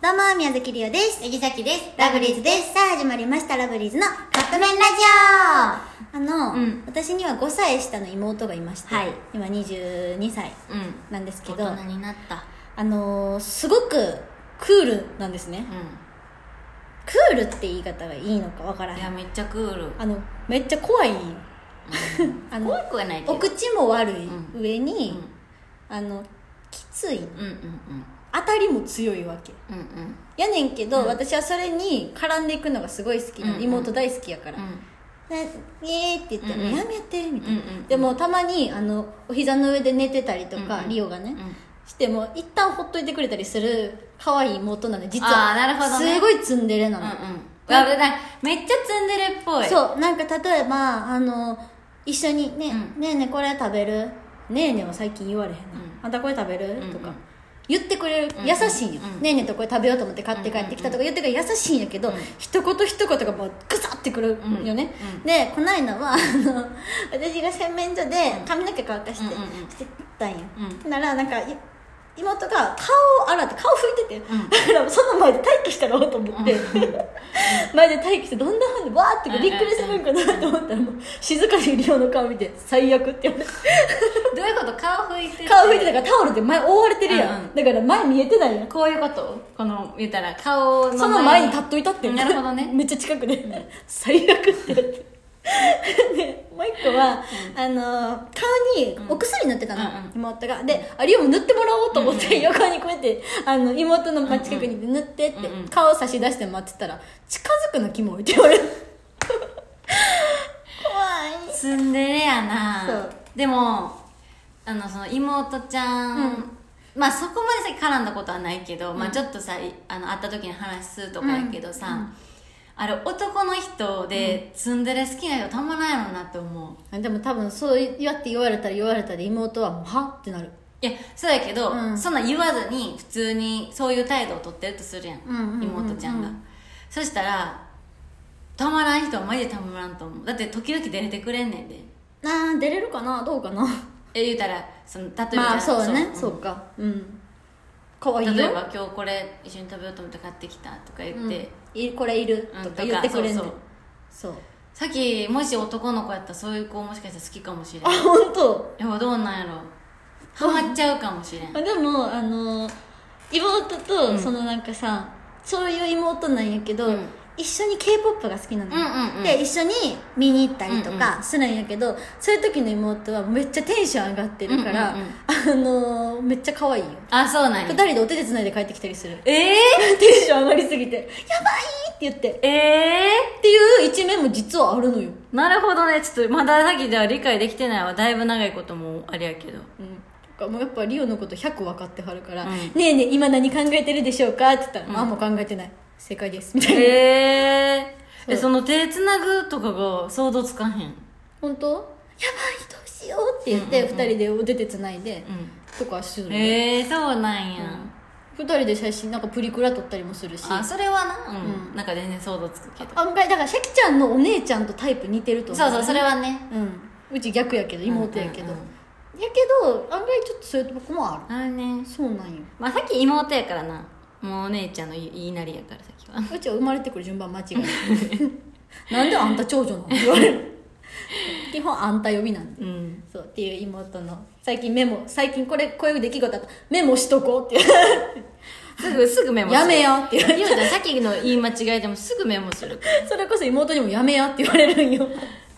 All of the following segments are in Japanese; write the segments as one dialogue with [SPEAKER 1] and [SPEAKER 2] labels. [SPEAKER 1] どうも、宮崎りおです。
[SPEAKER 2] えぎさきです。
[SPEAKER 1] ラブリーズです。さあ、始まりました、ラブリーズのカップ麺ラジオあの、
[SPEAKER 2] うん
[SPEAKER 1] 私には5歳下の妹がいまして、
[SPEAKER 2] はい
[SPEAKER 1] 今22歳
[SPEAKER 2] うん。
[SPEAKER 1] なんですけ
[SPEAKER 2] 大
[SPEAKER 1] ど、
[SPEAKER 2] 人になった。
[SPEAKER 1] あのーすごくクールなんですね。
[SPEAKER 2] う
[SPEAKER 1] クールって言い方がいいのかわから
[SPEAKER 2] ん。い
[SPEAKER 1] へ
[SPEAKER 2] や、
[SPEAKER 1] ん。
[SPEAKER 2] めっちゃクール。
[SPEAKER 1] あの、めっちゃ怖い。 あの
[SPEAKER 2] 怖くはないけど。
[SPEAKER 1] お口も悪い
[SPEAKER 2] うん
[SPEAKER 1] 上
[SPEAKER 2] うん。
[SPEAKER 1] に
[SPEAKER 2] う、ん
[SPEAKER 1] あの、きつい。
[SPEAKER 2] うんうん。
[SPEAKER 1] 当たりも強いわけ。
[SPEAKER 2] うんうん。
[SPEAKER 1] やねんけど、
[SPEAKER 2] うん
[SPEAKER 1] 私はそれに絡んでいくのがすごい好きなの、
[SPEAKER 2] うんうん
[SPEAKER 1] 妹大好きやから、
[SPEAKER 2] うん。
[SPEAKER 1] ねえーって言って「
[SPEAKER 2] うんうん
[SPEAKER 1] やめて」みたいな、
[SPEAKER 2] うんうん
[SPEAKER 1] でもたまにあのお膝の上で寝てたりとか、
[SPEAKER 2] うんうん
[SPEAKER 1] リオがね、
[SPEAKER 2] うん
[SPEAKER 1] しても一旦ほっといてくれたりする可愛い妹なの実
[SPEAKER 2] あ
[SPEAKER 1] は
[SPEAKER 2] ーなるほどね
[SPEAKER 1] すごいツンデレな
[SPEAKER 2] うん
[SPEAKER 1] の、
[SPEAKER 2] うん。やべない。めっちゃツンデレっぽい。う。
[SPEAKER 1] そうなんか例えばあの一緒にね、
[SPEAKER 2] う
[SPEAKER 1] ねえねえこれ食べる?」「ねえねえ」は最近言われへんな
[SPEAKER 2] うん
[SPEAKER 1] あんたこれ食べる?」
[SPEAKER 2] んうん
[SPEAKER 1] とか言ってくれる
[SPEAKER 2] うん
[SPEAKER 1] 優しいんよ「
[SPEAKER 2] うん
[SPEAKER 1] ねえねえとこれ食べようと思って買って帰ってきた」とか言ってくれる優しいんやけど、
[SPEAKER 2] うん
[SPEAKER 1] 一言一言がもうグサってくるよね、
[SPEAKER 2] うんうん
[SPEAKER 1] でこないだはあの私が洗面所で髪の毛乾かして、
[SPEAKER 2] うんうんうん
[SPEAKER 1] してたんよ、
[SPEAKER 2] う
[SPEAKER 1] ならなんかい妹が顔を洗って顔拭いてて、
[SPEAKER 2] うん
[SPEAKER 1] だから その前で待機したろうと思って、 前で待機してどんなふうにわーってこうびっくりするんかなと思ったらもう静かにリオの顔見て「最悪」って言わ れて
[SPEAKER 2] どういうこと顔拭いてて
[SPEAKER 1] 顔拭いてたからタオルで前覆われてるやん、
[SPEAKER 2] うんうん
[SPEAKER 1] だから前見えてないやん
[SPEAKER 2] こういうことこの、言ったら、顔の
[SPEAKER 1] その前に立っといたって
[SPEAKER 2] なるほどね
[SPEAKER 1] めっちゃ近くで「最悪」って言って。 でもう一個は、あのー顔にお薬塗ってたの、
[SPEAKER 2] うんうん
[SPEAKER 1] 妹がであリオも塗ってもらおうと思って、横にこうやってあの妹の近くにいて塗ってって、
[SPEAKER 2] うんうん
[SPEAKER 1] 顔差し出して待ってたら「近づくのキモい」って言われる 怖い
[SPEAKER 2] ツンデレやな
[SPEAKER 1] そう
[SPEAKER 2] でもあのその妹ちゃん、
[SPEAKER 1] うん
[SPEAKER 2] まあそこまでさ絡んだことはないけど、ま
[SPEAKER 1] う
[SPEAKER 2] あ
[SPEAKER 1] ん
[SPEAKER 2] ちょっとさいあの会った時に話するとかやけどさ、あれ男の人でツンデレ好きな人たまらんやろなって思う
[SPEAKER 1] でも多分そうやって言われたら言われたで妹はもう「は?」ってなる
[SPEAKER 2] いやそうやけど、
[SPEAKER 1] うん
[SPEAKER 2] そんなん言わずに普通にそういう態度を取ってるとするやん,、
[SPEAKER 1] うんうんうんうん
[SPEAKER 2] 妹ちゃんがそしたらたまらん人はマジでたまらんと思うだって時々出れてくれんねんで
[SPEAKER 1] あー出れるかなどうかな
[SPEAKER 2] え言うたらその例えばじゃ
[SPEAKER 1] まあそうね
[SPEAKER 2] ん
[SPEAKER 1] そうかうんかわいいよ
[SPEAKER 2] 例えば今日これ一緒に食べようと思って買ってきたとか言
[SPEAKER 1] う
[SPEAKER 2] っ
[SPEAKER 1] ん
[SPEAKER 2] て、
[SPEAKER 1] いこれいる
[SPEAKER 2] うん
[SPEAKER 1] とか
[SPEAKER 2] とか
[SPEAKER 1] 言ってくれんねん
[SPEAKER 2] そう
[SPEAKER 1] そう
[SPEAKER 2] さっきもし男の子やったらそういう子もしかしたら好きかもしれん
[SPEAKER 1] あ本当。
[SPEAKER 2] でもどうなんやろハマっちゃうかもしれん
[SPEAKER 1] あでもあの妹と
[SPEAKER 2] うん
[SPEAKER 1] そのなんかさそういう妹なんやけど
[SPEAKER 2] うん
[SPEAKER 1] 一緒に k p o p が好きなのよ
[SPEAKER 2] うんうんうん
[SPEAKER 1] で一緒に見に行ったりと
[SPEAKER 2] うん
[SPEAKER 1] かするんやけどそういう時の妹はめっちゃテンション上がってるから
[SPEAKER 2] うんうん
[SPEAKER 1] あのめっちゃ可愛いよ
[SPEAKER 2] あそうなん
[SPEAKER 1] 二
[SPEAKER 2] や
[SPEAKER 1] 人でお手手つないで帰ってきたりする
[SPEAKER 2] え
[SPEAKER 1] テンション上がりすぎて「やばい!」って言って
[SPEAKER 2] ー、え
[SPEAKER 1] っていう一面も実はあるのよ
[SPEAKER 2] ー、なるほどねちょっとまださっきでは理解できてないわだいぶ長いこともあれやけど
[SPEAKER 1] うんとかもうやっぱリオのこと100分かってはるから「
[SPEAKER 2] うん
[SPEAKER 1] ねえねえ今何考えてるでしょうか?」って言ったら「
[SPEAKER 2] うん
[SPEAKER 1] ああもう考えてない正解です」み たいなそ
[SPEAKER 2] えー、
[SPEAKER 1] う
[SPEAKER 2] えその手つなぐとかが想像つかへんうん
[SPEAKER 1] 本当やばいどうしようって言って2人でお手手つないでとかするのよ
[SPEAKER 2] えー、そうなんや、
[SPEAKER 1] 2人で写真なんかプリクラ撮ったりもするし
[SPEAKER 2] あ
[SPEAKER 1] 案
[SPEAKER 2] それはな、うん
[SPEAKER 1] う
[SPEAKER 2] なんか全然想像つくけど
[SPEAKER 1] 外だからシャキちゃんのお姉ちゃんとタイプ似てると思
[SPEAKER 2] そううそうそれはね
[SPEAKER 1] うんうち逆やけど妹やけど、
[SPEAKER 2] うんうんうん
[SPEAKER 1] やけど案外ちょっとそういうとこもある
[SPEAKER 2] あれね、
[SPEAKER 1] そうなんよ
[SPEAKER 2] まあ、さっき妹やからなもうお姉ちゃんの言い言いなりやからさっ きは
[SPEAKER 1] うちは生まれてくる順番間違えて なんであんた長女なのって言われる基本あんた呼びなんで
[SPEAKER 2] うん
[SPEAKER 1] そうっていう妹の最近メモ最近これこういう出来事あったメモしとこうっていう
[SPEAKER 2] すぐすぐメモする
[SPEAKER 1] やめよって言われ
[SPEAKER 2] ゆうちゃんさっきの言い間違いでもすぐメモするから
[SPEAKER 1] それこそ妹にもやめやって言われるんよ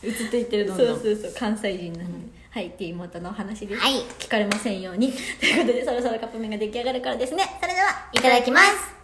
[SPEAKER 2] 映っていってるどん
[SPEAKER 1] そ
[SPEAKER 2] ど
[SPEAKER 1] うんそうそう関西人なんで、はいっていう妹のお話です、
[SPEAKER 2] はい
[SPEAKER 1] 聞かれませんようにということでそろそろカップ麺が出来上がるからですねそれではい
[SPEAKER 2] ただきます